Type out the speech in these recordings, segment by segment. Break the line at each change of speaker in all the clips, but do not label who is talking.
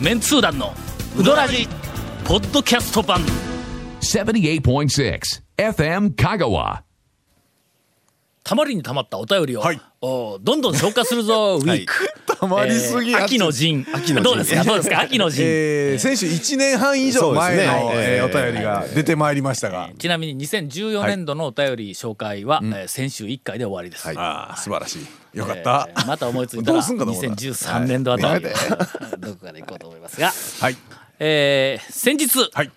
メンツー団のウドラジポッドキャスト版
78.6 FM Kagawa.
たまりにたまったお便りを、
はい
おどんどん消化するぞウィーク、
たまりすぎ
えー
やつ
秋の陣
の陣
どうですかどうですか秋の陣、
えー先週1年半以上前の、
そうですね
えー
えー
お便りが出てまいりましたが、
ちなみに2014年度のお便り紹介は、えー先週1回で終わりです、
ああ素晴らしいよかっ
え
た、
ーまた思いついたら
どうすんかと思った
2013年度あたり、
はい
どこかで行こうと思いますが、
はい
えー先日、
はい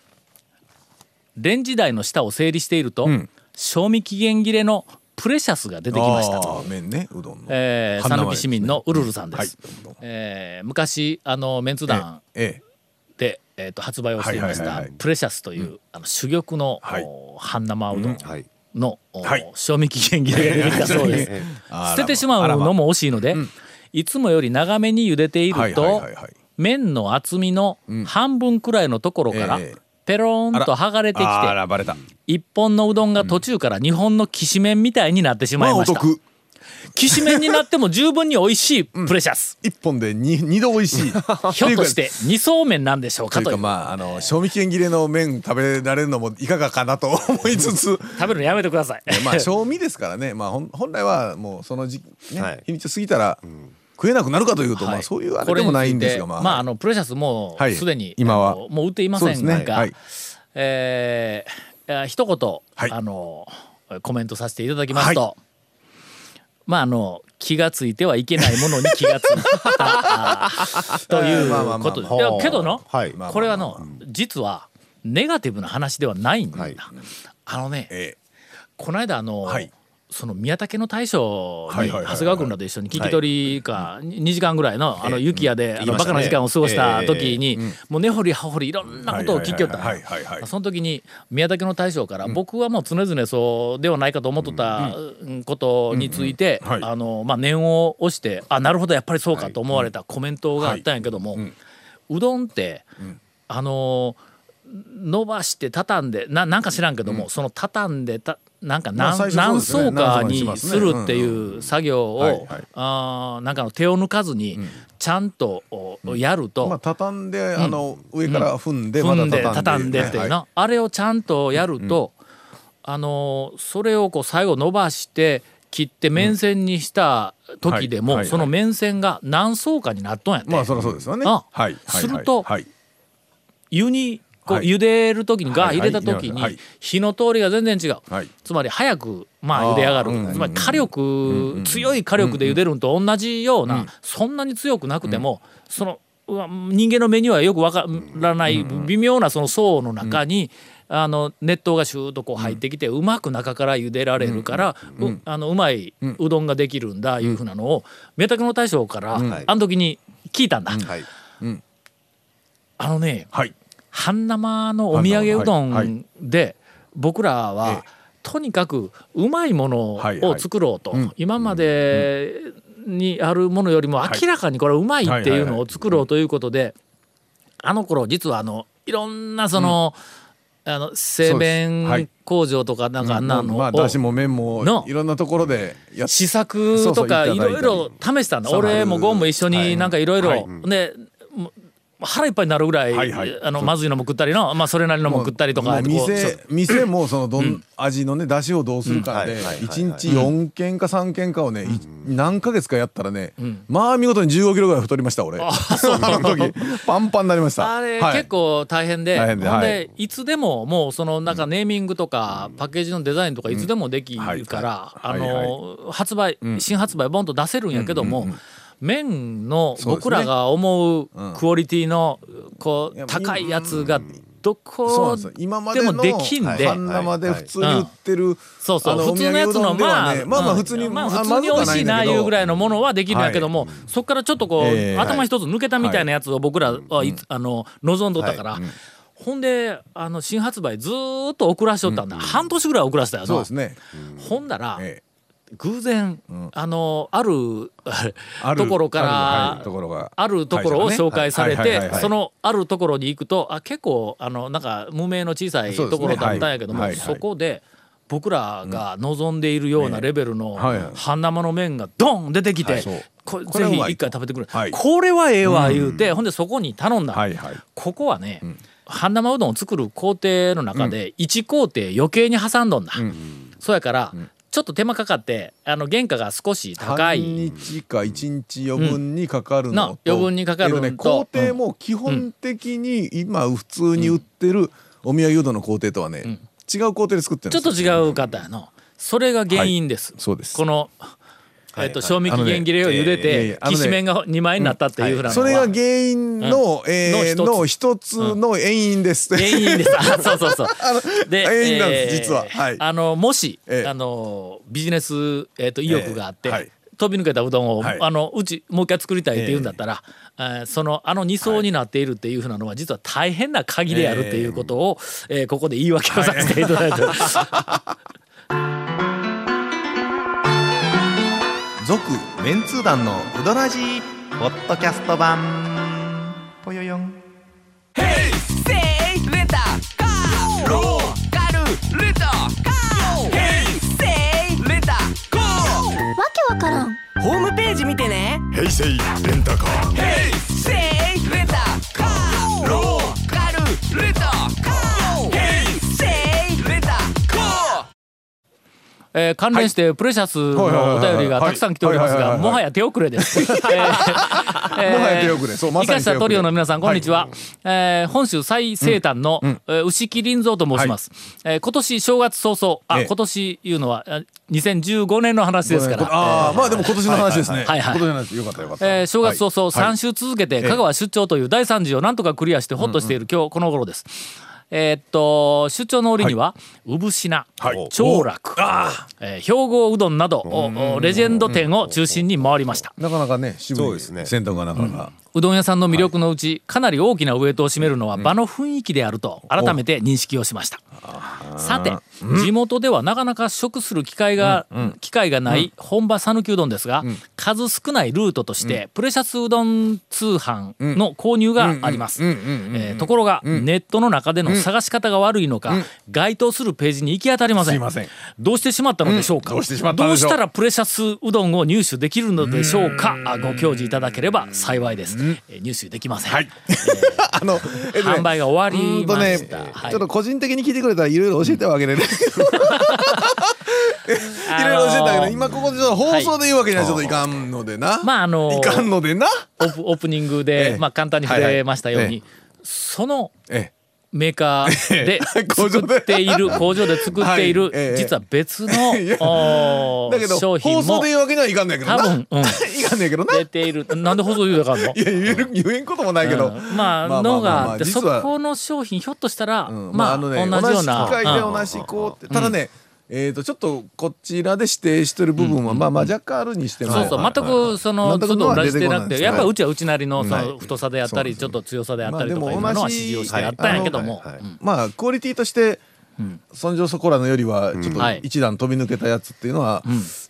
レンジ台の下を整理していると、賞味期限切れのプレシャスが出てきました
あ。ー麺ねうどんの、
えー、
半生
讃岐市民のウルルさんで
はい
す。えー昔あのメンツ団
え
で、えーと発売をしていまし
はいは
た
いはいはい
プレシャスという、あの珠玉の、
はい
お半生うどん
はい
の、お
はい
賞味期限切れが出てきたそうです。 捨ててしまうのも惜しいので、いつもより長めに茹でてい
はい
る
はい
と
はいはい
麺の厚みの半分くらいのところから
ええ
ペローンと剥がれてき
あ
て
らバレた
一本のうどんが途中から日本のきしめんみたいになってしま
ま
い
あお
ました。
得
きしめんになっても十分に美味しいプレシャス。
一本で二二度美味 しい
ひょっとして二そうめんなんでしょう
と
か
いう
とい
か
う
まああの賞味期限切れの麺食べられるのもいかがかなと思いつつ
食べるのやめてください。
まあ賞味ですからね、まあ、ほん本来はもうその時期、ね
はい
日にち過ぎたら食えなくなるかというと、
はい
まあ、そういうあれでもないんです
これについ
が
て
ま
ま
あ、
あ、あのプレシャスも
は
う
い
すでに、
今は
あのもう売っていません
そうですね
が、
はい
えーえー一言、
はい
あのコメントさせていただきますと、まああの気がついてはいけないものに気がついた あ ーという
まあまあまあま
こ
あ
とでいやけどの、
はい
まあ
これはの、実はネガティブな話ではないんだ。
はい
あのね、
え
この間あの、
はい
その宮武の大将
は
に
いは
長
いはいはい
谷川君らと一緒に聞き取りか2時間ぐらいのあの雪屋であのバ
ましたね
カな時間を過ごした
ええ
時にもう根掘り葉掘りいろんなことを聞きよったん
はいはいはいはいはいは
や
い
その時に宮武の大将から僕はもう常々そうではないかと思っとったうんことについて
うんはい
あのまあ念を押してあなるほどやっぱりそうかと思われたコメントがあったんやけどもうどんってあの伸ばして畳んでななんか知らんけども、その畳んでたなんか
ま
何,、
あ最初
何
そうです
層
ね
か
何層か
に
にします
す
ね
るっていう作業を、
はいはい
あーなんかの手を抜かずにちゃんとおやると、
まあ、畳んで、あの上から踏んで、
踏ん
ま
で
だ
畳んでっていうな、
は
あれをちゃんとやると、あのーそれをこう最後伸ばして切って面線にした時でも、
はいはい
その面線が何層かになっとんやっ
い
て、
まあそりゃそうですよね、
あ
はいはい
すると
はい
湯にこう
はい
茹でる時にガー
はい
入れた時
はい
に火の通りが全然違う、
はい
つまり早くまあ茹で上がる
あーうん
つまり火力、強い火力で茹でるのと同じような、そんなに強くなくても、そのうわ人間の目にはよくわからない微妙なその層の中に、あの熱湯がシューッとこう入ってきて、うまく中から茹でられるから、うあのうまいうどんができるんだいうふうなのを明卓の大将から、
はい
あの時に聞いたんだ。
はい
あのね、
はい
半生のお土産うどんで僕らはとにかくうまいものを作ろうと今までにあるものよりも明らかにこれうまいっていうのを作ろうということであの頃実はあのいろんなそのあの製
そうですはい
麺工場とかなんかあんなの
まあ
を
だしも麺も
の
いろんなところでやっ
試作とか
そうそう
いろいろ試したんだ俺もゴンも一緒になんかいろいろでもう腹いっぱいになるぐらい、
はいはい
あのまずいのも食ったりの、まあ、それなりのも食ったりとか
もう
こう
店店もそのどん味のね出汁をどうするかで
うんはいはいはいはい
一日四軒か三軒かをねい何ヶ月かやったらねまあ見事に15キロぐらい太りました俺あの時パンパンになりました
あれ、
はい
結構大変で
大変で
ほんで、、
はい
つでももうそのなんかネーミングとか、パッケージのデザインとかいつでもできるから、
はいはい
あの、発売、新発売ボンと出せるんやけども、麺の
そうで
僕
すね
らが思うクオリティのこう、
いや
高いやつがどこ
そうなんですよ今ま
で
で
も
の
できんで。
半生で普通に売ってる
そうそう
あの
普通のやつの
お土産うどんでは
まあ、
ねまあま
う
あ
ん
普通に
まあ
あ
普通に美味しいな
まずくはないんだけど
いうぐらいのものはできるんやけども、そこからちょっとこう、
ええ
頭一つ抜けたみたいなやつを僕らはいつ、あの望んどったから、ほんであの新発売ずーっと遅らしとったんだ、半年ぐらい遅らせたよな
そうですね
ほんだら、
ええ
偶然、あのある
あ る
ところか
あるはい
ら
ところが
あるところを
会社が
紹
ね
介され
はいはいはい
て
はい
そのあるところに行くとあ結構あのなんか無名の小さい
そうです
と
ね
ころだったんやけども、
はいはいはい
そこで僕らが望んでいるようなレベルの
はいはい
半生の麺がドン出てきて、
はいそう
こ
こ
ぜ
れはう
ひ
まい
一回食べてくれ、
はい
これはええわ言うて、ほんでそこに頼んだ、
はいはい
ここはね、半生うどんを作る工程の中で1工程余計に挟んどんだ、そうやから、ちょっと手間かかってあの原価が少し高
半
い
日か一日余分にかかる
う
の
ん
と、
な余分にかかるのと
えっ工程も基本的に今普通に売ってるお宮うどんの工程とはね、違う工程で作ってるん
ちょ
で
っ
すよ
と違う方やのそれが原因です、
そうです
この、えっと賞味期限切れを茹で
あのねいやいや
て
あの
き
ね
しめんが2枚になったっていうふうなのは
それが原因の、えー
の一つ
の一つの遠因です、
原 因です。あそうそうそう。で
原因なんです
えー
実ははい
あのもし、
ええ
あのビジネスえっ、と意欲があって。
ええはい
飛び抜けたうどんを、
はい
あのうちもう一回作りたいって言うんだったら、えーそのあの2層になっているっていうふうなのは実は大変な鍵であるっていうことを、えーここで言い訳をさせていただいて、
続メンツー団のウドラジーポッドキャスト版ぽよよん
レンタカーローカルレンタカー平成レンタカー
わけわからん
ホームページ見てね
平成レンタカー
平成レンタカーローカルレンタカー平成レンタカー
えー関連してプレシャスのお便りがたくさん来ております
はいは
が
いはいはいはいはい
もはや手遅れ です。も
もは
は
や手遅れそうまさに手遅れ
トリオの皆さんこんにちは、えー本州最西端の、えー牛木林蔵と申します、えー今年正月早々あ、
ええ
今年いうのはあ2015年の話ですから、
ああまあでも今年の話ですね、
はいはい
今年の話よかったよかった、
えー正月早々
はい
3週続けて香川出張という第3次をなんとかクリアしてホッとしている今日この頃です。えーっと出張の折には産品、長楽、えー兵庫うどんなどおおレジェンド店を中心に回りました
なかなかね渋い
そうですね
戦闘がなかなか、
うどん屋さんの魅力のうちかなり大きなウエイトを占めるのは場の雰囲気であると改めて認識をしましたさて地元ではなかなか食する機会が機会がない本場讃岐うどんですが数少ないルートとしてプレシャスうどん通販の購入がありますえーところがネットの中での探し方が悪いのか該当するページに行き当たりません
すいません
どうしてしまったのでしょうか、
うんどうしてしまったのでしょう
どうしたらプレシャスうどんを入手できるのでしょうかあご教示いただければ幸いです、えー入手できません、
あの、えっとね
販売が終わりました
うーんとね
はい
ちょっと個人的に聞いてくれたらいろいろ教えてはあげれる、 いろいろ教えてあげる今ここでちょっと放送で言うわけにはちょっといかんのでな、
まああのー
いかんのでな
オープオープニングで、
ええ
まあ、簡単に触れましたように、
はいはい
その
え
メーカーで
工場
作
で
っている工場で作っている、
はいええ
実は別の
いや
お
え
ー
だけど
商品も
放送で言うわけにはいかんのやけどな
多分うん
いかんのやけどな
出ているなんで放送で言うたらあかんの
いや言える言えんこともないけど、
うんまあのがあってそ
実は
この商品ひょっとしたら、
うん
まあ
のね
同じような
同じ機械で
うん
同じこうってただね、えー、とちょっとこちらで指定してる部分はまあまあ若干あるにしても、
そうそう、全くその
全
ち
く
ょっと
のは
同じで
出てこ
な
ない
く
んで
て
す
やっぱ
はいう
ちはうちなりのそ
は
の
い
太さであったりちょっと強さであったりとか
まあ
い
で
う
も
のは
同じ
指示をしてやったんやけども
はいはいはい
まあクオリティとしてそんじょそこらのよりはちょっと
はい
一段飛び抜けたやつっていうのは、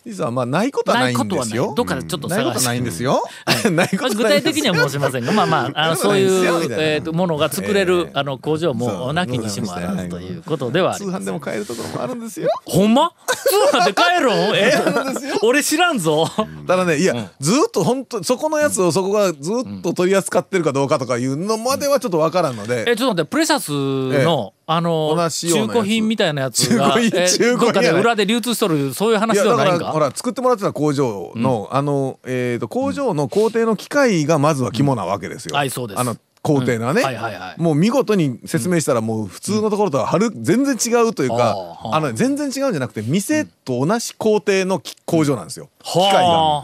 実はまあないことは
な
ないい
こ
ん
と
で
は
す
ないど
よ
っ。かでちょっと
ないこ
探
と
し
な
て
いんですよ。 ないこ
まあ
と
具
な
体
いんです
的には申しませんがまあまあ あのそうい
そうなんです
う
よ
えーとものが作れ
え
る
え
あの工場も
そう
なきにしもあらずということではあ
通
りま
販
す
でも買えるところもあるんですよ。
ほんま通販で帰 るんえ俺知らんぞ
ただねいや、ずーっと本当そこのやつをそこがずーっと取り扱ってるかどうかとかいうのまではちょっとわからんの
え
で、
ちょっと待ってプレシャスの、あの
同じような
中
やつ
古品みたいなやつが
中古品
え
中古品
どっかで
やない
裏で流通しとるそういう話
いや
では
だか
ないん
らほ
から
作ってもらってた工場の、あの、えー、と工場の工程の機械がまずは肝なわけですよ。
うんはいそうです
あの工程がね、
うんはいはいはい
もう見事に説明したらもう普通のところとははる全然違うというか、
あー
あの全然違うんじゃなくて店と同じ工程のき工場なんですよ、機械が。
はあ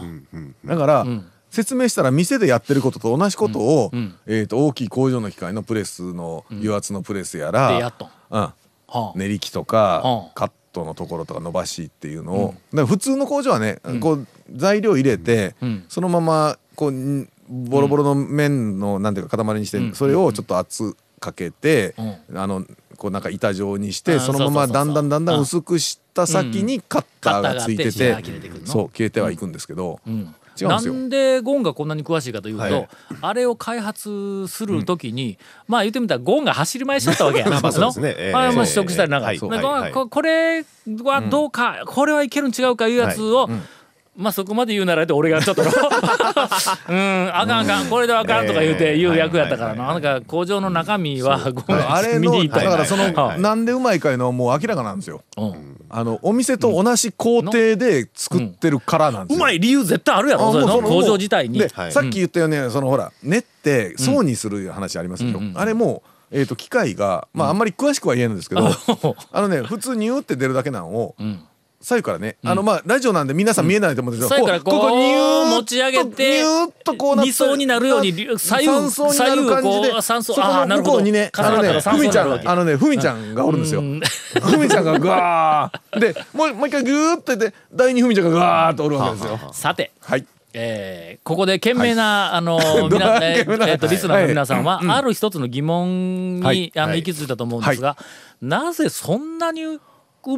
だから、説明したら店でやってることと同じことを、えー、と大きい工場の機械のプレスの油圧のプレスやら、
でやっとん
うん、
はあ
練り機とか、
うん
カットのところとか伸ばしっていうのを、だから普通の工場はね、こう材料入れて、
ん
そのままこうんボロボロの麺のなんていうか塊にして、それをちょっと圧かけて、あのこうなんか板状にして、
うん
そのまま
そうそうそ
だ
うそうん
だんだんだん薄くした先にカッターがついてて,、
カッターがあって切れてくるの
そう消えてはいくんですけど、違うん
な
ですよ。
んでゴンがこんなに詳しいかというと、
はい
あれを開発する時に、まあ言ってみたらゴンが走り前しとったわけやな
まあそうですね
の
ええ
あれ
そ
も
う
試食したりなんか、
はい
なんか
はいはい
ここれはどうか、これはいけるん違うかいうやつを、まあそこまで言うならで俺がちょっと うんあかんあかんこれであかんとか言うて言う役やったからななんか工場の中身はごめん
あれ
見に
の
行った
だ
か
かららその、
はい
なんでうまいかいうのはもう明らかなんですよ
うん
あのお店と同じ工程で作ってるからなんで
う
すよ、
まい理由絶対あるや
あ
ろそ
も
れ
う
の
その
工場自体に
で、さっき言ったようにそのほら練って層にする話ありますけど、あれもう、えー、と機械がまああんまり詳しくは言えんですけど、あのね普通にゅーって出るだけなんを、左右からね、あのまあラジオなんで皆さん見えないと思うんですけ
左右
ど、
からこう
こにゅーっと
持ち上げて
にゅーっとこうなって
二層になるようにりゅ左右
三層になる感じ
左右こ
で
う三層
そこ
あーな
の
るほ
向こ
ど
うにね
重な
あ
った
の
ら
ね
三
ふ
層
み
に
ち
な
ゃ
るわけ
んあのねふみちゃんがおるんですよ
うん
ふみちゃんがガーでもうもう一回ギューってで第二ふみちゃんがガーっとおるわけですよ
さて
はい
えーここで懸命な、あ のみ
どう
な
も
え
懸命な
ーえーとリスナーの皆さんは、ある一つの疑問に、
はい
あの
はい
行き着いたと思うんですが、なぜそんなにう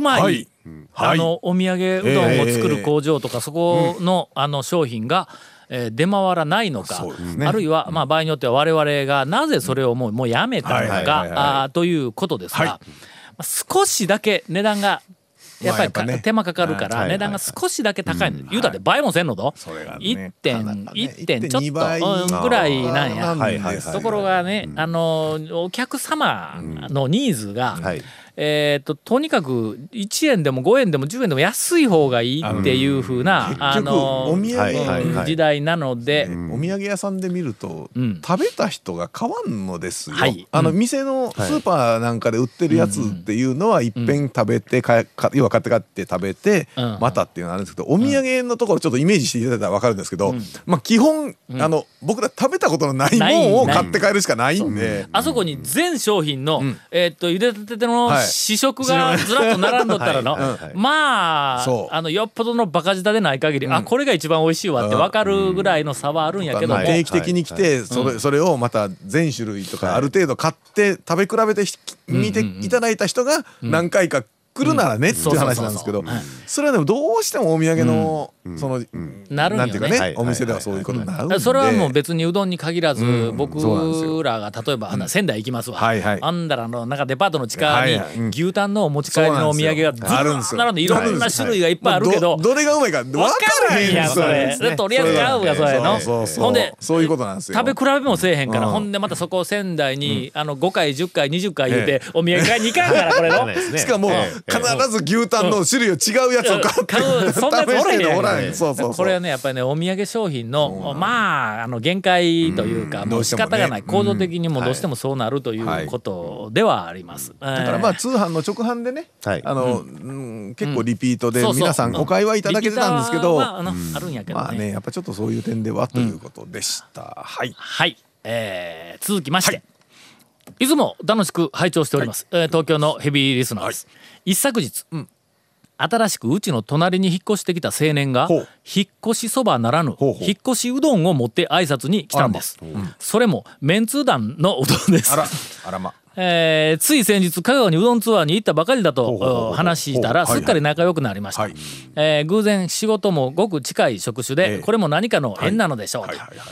まい、
はい
あのお土産うどんを作
え
る
ー
工場とか、そこの,、あの商品が、えー出回らないのか
そうです、ね
あるいは、まあ、場合によっては我々がなぜそれをもう,、もうやめたの
はい
か、
はいはいはい
あーということですが、
はい
まあ少しだけ値段がやっぱりか、
まあやっぱね
手間かかるか
は
ら
い
値段が少しだけ高いの、言うたって倍もせんのと、
それがね
1点
ただね
1点ちょっと、
1.2倍
うんぐらいなんや。
なん
はいは
で
いは
す
い
ところがね、あのお客様のニーズが、
はい
えー、ととにかく1円でも5円でも10円でも安い方がいいっていうふうな、あ
結局
の
お土産、
はいはい
うん時代なので、
お土産屋さんで見ると、
うん
食べた人が買わんのですよ、
はい
あの店のスーパーなんかで売ってるやつっていうのはいっぺん食べてかか要は買って買って食べて、
うん
またっていうのがあるんですけどお土産のところちょっとイメージしていただいたら分かるんですけど、まあ、基本、あの僕ら食べたことのないも
ない
のを
ない
買って帰るしかないんで。
あそこに全商品の、えーっと茹でたての
はい
試食がずらっと並んどったらの、
はいはいはい
ま
そ
あ
う
あのよっぽどのバカ舌でない限り、あこれが一番美味しいわって分かるぐらいの差はあるんやけども、
うん
定期的に来てそれそれをまた全種類とかある程度買って食べ比べてひ見ていただいた人が何回か来るならねっていう話なんですけどそれはでもどうしてもお土産のその
なるんよね
んていうか
は
ね
い
お店ではそういうことになるんで
それはもう別にうどんに限らず、僕
そうなんですよ
らが例えば、あんな仙台行きますわ、
はいはい
あんだらのなんかデパートの地下
はい
に
はいうん
牛タンのお持ち帰りのお土産がず
あるんです
らー並
よ
んでいろんな種類がいっぱいあるけど
もう。どれがうまいか分
わ
からへん
やんそれ
そうなんですね
とりあえず買うがそれの
そうそうそう
ほんで
そういうことなんですよ
食べ比べもせえへんから、
うん
ほんでまたそこを仙台に、あの5回10回20回言うて、
え
お土産買いに行かんからこれ の
しかも必ず牛タンの種類を違うやつを 買って
買うそんなやつおらへんやん
試してるのおらへんそうそうそう
これはねやっぱりねお土産商品のまああの限界というか、
うん
も
ど
う
う
仕
してもね
方がない構造的にも
うん
どうしてもそうなるとい
は
う
い
ことではあります。
だからまあ通販の直販でね、
はい
あの、うん結構リピートで
そうそう
皆さんお買いはいただけてたんですけど、
リピーターはあのあるんやけどね,、
まあねやっぱちょっとそういう点ではということでした、はい
はい、えー続きまして、い、つも楽しく拝聴しております、えー東京のヘビーリスナーです、一昨日、新しくうちの隣に引っ越してきた青年が
ほう
引っ越しそばならぬ
ほうほう
引っ越しうどんを持って挨拶に来たんです、それもメンツー団のうどんです
あらあらま
えーつい先日香川にうどんツアーに行ったばかりだと
ほうほうほうほう
うん話したら
ほう
す
はい
っかり仲良くなりました、
はい
えー偶然仕事もごく近い職種で、
ええ
これも何かの縁なのでしょうか、
はいはいはい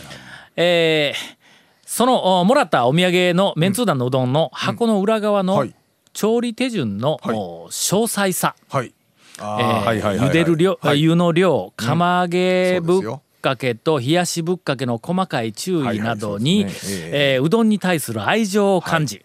えーそのおもらったお土産のメンツー団のうどんの箱の裏側
うん
の
はい
調理手順の、
はい
お詳細さ、
はいあ
えー
ーはいはいはいはい
茹でる量、
はい
湯の量釜揚げ
うんそう
ぶ
です
っ
よ
かけと冷やしぶっかけの細かい注意など
はい
に
はいそうですねえ
えーうどんに対する愛情を感じ、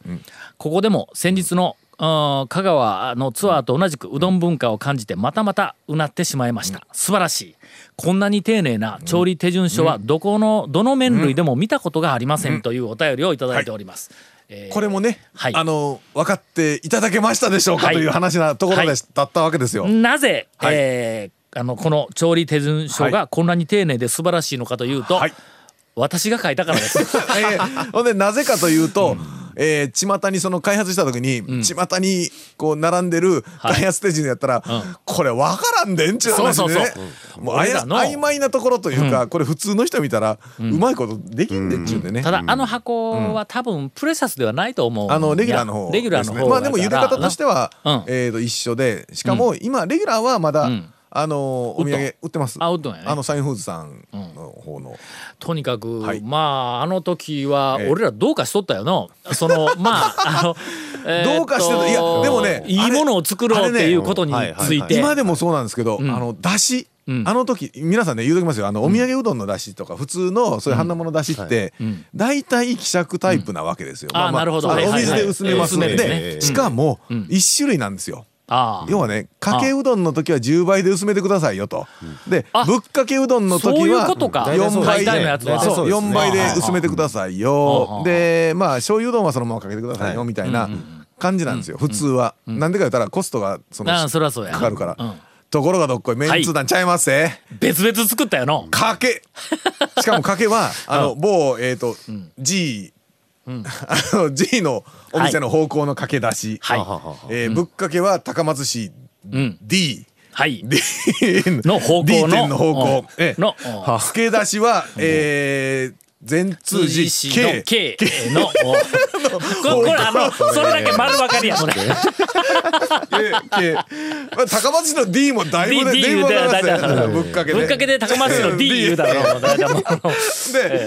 ここでも先日の、うん香川のツアーと同じくうどん文化を感じてまたまたうなってしまいました、素晴らしいこんなに丁寧な調理手順書はどこのどの麺類でも見たことがありませんというお便りをいただいております、えー
これもね、
はい
あの分かっていただけましたでしょうか
はい
という話なところで、
はい
だったわけですよ、
なぜ、
はい
えーあのこの調理手順書
は
がこんなに丁寧で素晴らしいのかというと、
はい
私が書いたからです。
えーほんでなぜかというと、えー巷にその開発した時に、巷にこう並んでる
い
開発手順やったら、これ分からんでんちゅう話でね
そうそう
もうあ
俺
や
らの
曖昧なところというか、これ普通の人見たら、うまいことできんでんちゅうでね、
ただ、あの箱は多分プレシャスではないと思う。
あのレギュラーの方
レギュラーの
で
方
すねまあでも茹で方として
は。
は、
うん
えーと一緒でしかも今レギュラーはまだ、
ん
あのーお土産売ってます
あ売っとんやね
あのサインフーズさんの方の、
とにかく、
はい
まああの時は
ええ
俺らどうかしとったよの。その まああのえーっと
どうかしてるいやでもね
い
あ
い
れ
ものを作ろうっていうことに
あれね
ついて
今でもそうなんですけど、
ん
あのだし、
うん
あの時皆さんね言うときますよあのお土産うどんのだしとか普通のそういう半生のだしって
ん
大体希釈タイプなわけですよ。
うんあーなるほど
あ
はい
のお水
はい
で
はい
薄めますんで,、
薄める
ね
しかも
ん
一種類なんですよ。
ああ
要はねかけうどんの時は10倍で薄めてくださいよと。で
あ
ぶっかけうどんの時
そういう
は
ことか
4
大
倍
体のやつは
そう
大体そうですね
4倍で薄めてください
うんう
よ
ん。
でまあ醤油うどんはそのままかけてください
は
よ
い
みたいな感じなんですよ普通は。なんでか言ったらコストがその
ああそりゃそうや
かかるから。
うん
ところがどっこいメンツ団ちゃいますぜ、
別々作ったやの
かけしかもかけはあの某えっ、と、G、あの G のお店の方向のかけ出し、
はい
ははは
えーぶっかけは高松市
ん
D、
はい
D
の方向の
D 店の方
うん
向、ええ
の
つけ出しは、えー、全通
辻
じ
氏の K
K
のここれあのそれだけ丸分かりやこれ
K まあ高松市の D もだい
D
ぶ
D
で、
言う
だ
たら
いぶ
大体
分かりますねぶっかけ
ぶ
で
っかけで高松市の D 言うたらもう大体もう
で、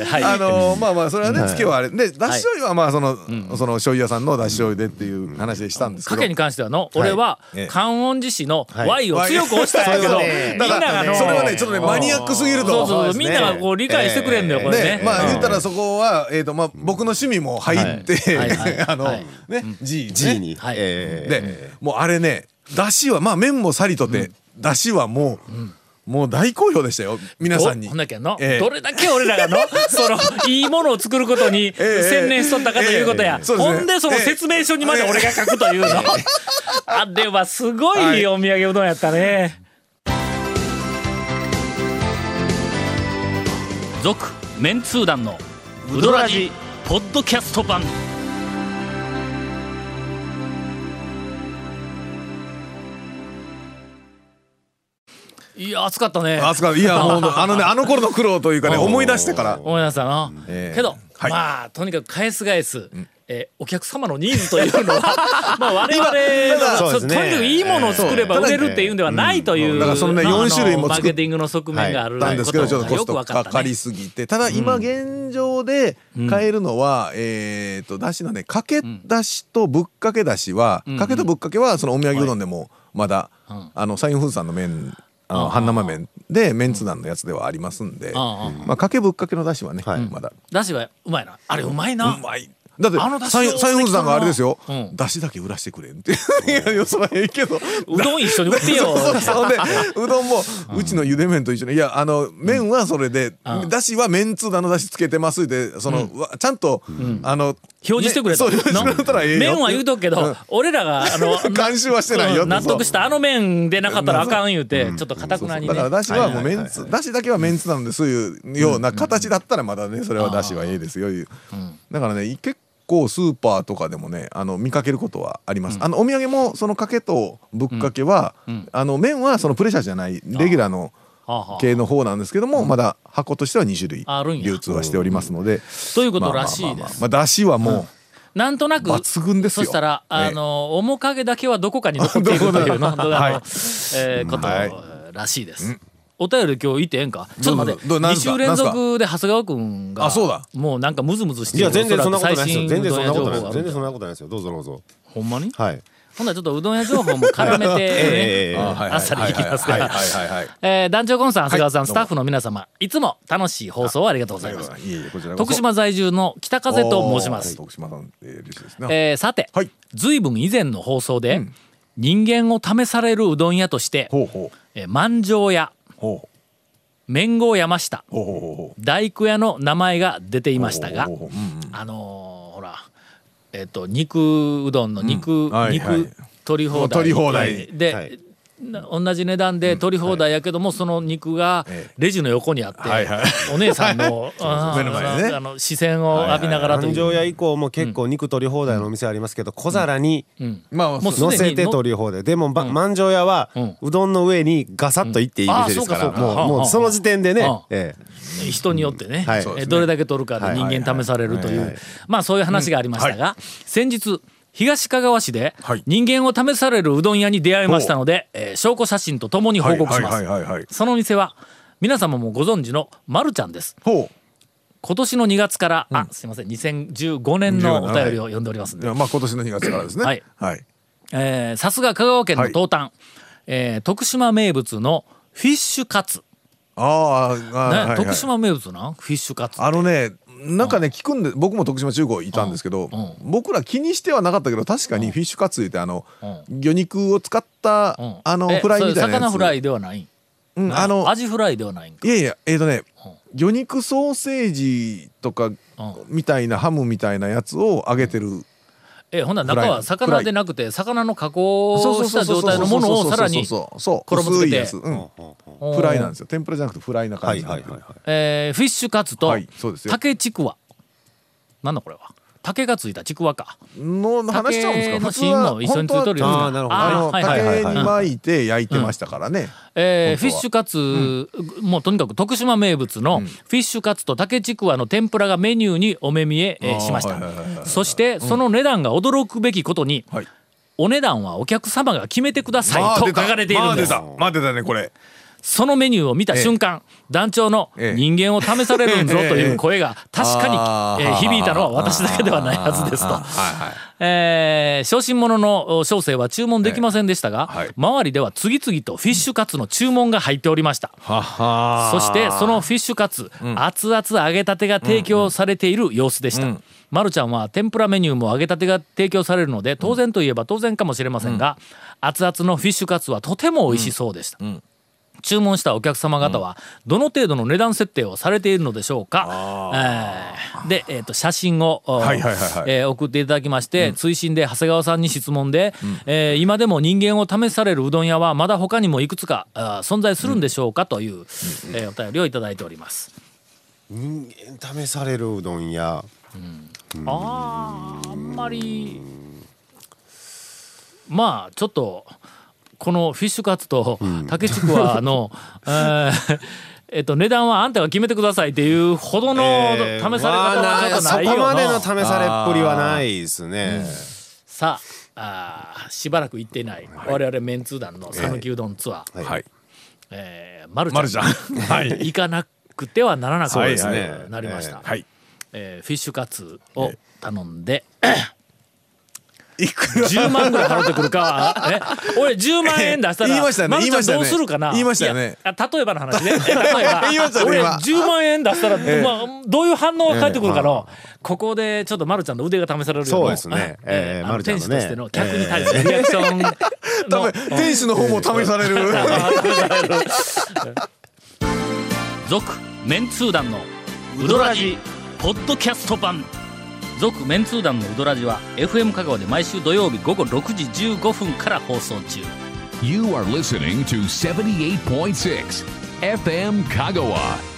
えーはい
あのーまあまあそれはねつけはあれでだし醤油はまあその、その醤油屋さんのだし醤油でっていう話でしたんですけ
賭
ど、
けに関してはの俺は
ええ
観音寺市の
い
Y を強く押したんやけど
はい
みん
だ
な
か
があの
らそれはねちょっとねマニアックすぎる
そう
と。
そう
そうです
み
ね
んながこう理解してくれんだよこれね
ねまあ言ったらそこは、えー、とまあ僕の趣味も入って、
はいはいはい
あの、
はい
ね G ね
G に、
はい
えー
でもうあれねだしはまあ麺もさりとて、だしはもう、もう大好評でしたよ皆さんに
おほんだけの、
ええ
どれだけ俺ら がのそのいいものを作ることに
え
専念しとったかということや、
ええそうですね
ほんでその説明書にまで俺が書くというの、あれはすご
はいい
お土産うどんやったね続、メンツー団のウドラジポッドキャスト版いや暑かったね
あそこ いやもうあのねあの頃の苦労というかね思い出してから
思いましたな、
ええ
けど、
はい
まあとにかく返す返す、えーお客様のニーズというの はまあ我々の
今
そう
そう
と
ですね
にかくいいものを作れば
ええ
売れるっていうんではないという、
だからそのね
まあ
4種類も
あのマー
作っ
ケティングの側面がある
ったんですけどちょっとコ
よ
ス
く
ト
分か
か
った
か
ね
りすぎてただ今現状で買えるのはえっとだしのねかけだしとぶっかけだしはかけとぶっかけはそのお土産うどんでもまだあのサインフーズさんの麺あの半生麺でメンツ団のやつではありますんで
ああ
まあかけぶっかけのだしはね
はい
まだ
だしはうまいなあれうまいな
うまい。だって
あの出汁
サイン
を
サインフーズさんがあれですよ
うん
だしだけ売らしてくれんっていやよそはええけど
うどん一緒に売ってよ
そうそうでうどんもうちのゆで麺と一緒にいやあの麺はそれで
うん
だしは麺つだのだしつけてますでそのわちゃんとあの
表示してくれ
ねそう表示してくれたらええよ
麺は言うとくけど、
ん
俺らがあの
監修はしてないよ
そう納得したあの麺でなかったらあかん言うて、ちょっとかたくなにね
だからだしはもう
はいはいはい
麺つだしだけは麺つなんですいうような形だったらまだねそれはだしはええですよいうだからね結構スーパーとかでもねあの見かけることはあります、あのお土産もそのかけとぶっかけは、あの麺はそのプレシャーじゃないレギュラーの
はあはあ
系の方なんですけども、まだ箱としては2
あ
種
るん
類
や
流通はしておりますので、
というこ
ま
と
あまあ
らしいで
まあまあ
す
まあだしはも
なんとなく
抜群ですよ
そしたら
ええ
あの、面影だけはどこかに残っているというのどうだろうえーこと
はい
らしいです。お便り今日いてええんかちょっと待って
どうぞど
2
うぞ何すか
週連続で長谷川君が
あそうだ
もうなんかムズムズして
い
る
や全然そんなことないですよ
おそらく最
全然そんなことない
新うどん屋情報が
です全然そんなことないですよどうぞどうぞ
ほんまに
はい
ほんならちょっとうどん屋情報も絡めて、ね
ええ
う、はいはい
あっさりいきますか
はい
ら
はいはいはいはい
えー団長コンさん長谷川さん、
はい
スタッフの皆様いつも楽しい放送をありがとうございます
いえいえこちらこそ
徳島在住の北風と申しま
おー
す
徳島さん、えー、嬉しいですね、
えーさて、
はい
随分以前の放送で、人間を試されるうどん屋として
ほうほう
えー万丈屋
ほう
麺号山下
ほうほうほうほう
大工屋の名前が出ていましたが
おーうん
あのーほらえっ、と肉うどんの肉、
はい
肉、
はい
取り放題
取り放題
で、
はい
な同じ値段で取り放題やけども、その肉が
ええ
レジの横にあって、
はいはい
お姉さん のあー
目の前でね
あの視線を浴びながらとい
安
う
城屋以降も結構肉取り放題のお店ありますけど小皿に
まあまあ
もう
そ
すで
乗
に
せて取り放題でもば万丈屋は
ん
うどんの上にガサッといっていい店ですか
うんあそう
ら
かそうか
もうもうその時点で
あ
ね
あ
え
人によってね、
はい
え
そう
ですね
どれだけ取るかで人
はいはいは
間
い
試されるとい
はいう
まあそういう話がありましたが、先日東かがわ市で
はい
人間を試されるうどん屋に出会いましたので、えー証拠写真とともに報告します、
はいはいはいはいはい
そのお店は皆様もご存知のまるちゃんです
ほう
今年の2月から、あすいません2015年のお便りを読んでおりますんで
いやまあ今年の2月からですね。
はい
はい。
えーさすが香川県の東端、えー徳島名物のフィッシュカツ、ね
あーあー、はいはい
徳島名物なんフィッシュカツ
あのねなんかね聞くんで僕も徳島中高いたんですけど
う
僕ら気にしてはなかったけど確かにフィッシュカツってあの
う
魚肉を使った
うん
あの
え
フライみたい
そ
な
れ
やつ
魚フライではない
うんあの
アジフライではないんか
いやいやえっとね魚肉ソーセージとかみたいなハムみたいなやつを揚げてる
えほんなら中は
フライ
魚
フラ
で
イ
なくて魚の加工をした状態のものをさらに
そうそうそう
衣つけて
薄いやつうんフライなんですよ天ぷらじゃなくてフライな感じになってる
えーフィッシュカツと
はいそうですよ
竹ちくわなんだこれは竹がついたちくわか
の話しちゃうんです
竹の
か普通
芯
は
も一緒についとるよ
本当は
あーなるほど
あの
はいはいはい
竹に巻いて焼いてましたからね
えー
本
フィ
当
ッ
は
シュカツ、もうとにかく徳島名物のフィッシュカツと竹ちくわの天ぷらがメニューにお目見ええー
あー
しました、
はいはいはいはい
そしてその値段が驚くべきことに、
はい
お値段はお客様が決めてくださいと書かれているんです、
まあ出たまあ出たねこれ
そのメニューを見た瞬間、団長の
ええ
人間を試されるんぞという声が確か
あ
に、
ー
えー響いたのは私だけではないはずですと。えー小心者のお小生は注文できませんでしたが、
ええはい
周りでは次々とフィッシュカツの注文が入っておりましたそしてそのフィッシュカツ、熱々揚げたてが提供されている様子でした、まるちゃんは天ぷらメニューも揚げたてが提供されるので当然といえば当然かもしれませんが、熱々のフィッシュカツはとても美味しそうでした、注文したお客様方はどの程度の値段設定をされているのでしょうか、えーで、えー、と写真を、お
はいはいはいはい
えー送っていただきまして、追伸で長谷川さんに質問で、えー今でも人間を試されるうどん屋はまだ他にもいくつかあー存在するんでしょうかという、えーお便りをいただいております。
人間試されるうどん屋
あーあんまりまあちょっとこのフィッシュカツと竹ちくわ の、えーえっと値段はあんたが決めてくださいっていうほどの試され方はちょっと
そ
ないよ
こまで
な
の試されっぷりはないですね
さああーしばらく行っていない我々メンツー団の讃岐うどんツアー、
はい
はい
えーまる
まるち
ちゃ
ゃん
ん
はい
行かなくてはならなく
そうですね
なりました、
はい
えーフィッシュカツを頼んで、
いくら
10万ぐらい払ってくるか はえ俺10万円出したら
言いましたよね
まるちゃん
言いましたよね
どうするかな
言いましたよね
いやあ例えばの話 ね例えば
言いましたよね
俺
今
10万円出したら、
ええ
まあ、どういう反応が返ってくるかの、ここでちょっとまるちゃんの腕が試されるよ
そうですねええ
あの
まるちゃんの
天使
ね
としての客に対するリアクシ ョンの、
多分天使の方も試される
続メンツー団のウドラジポッドキャスト版続メンツー団のウドラジは FM 香川で毎週土曜日午後6時15分から放送中
You are listening to 78.6 FM Kagawa.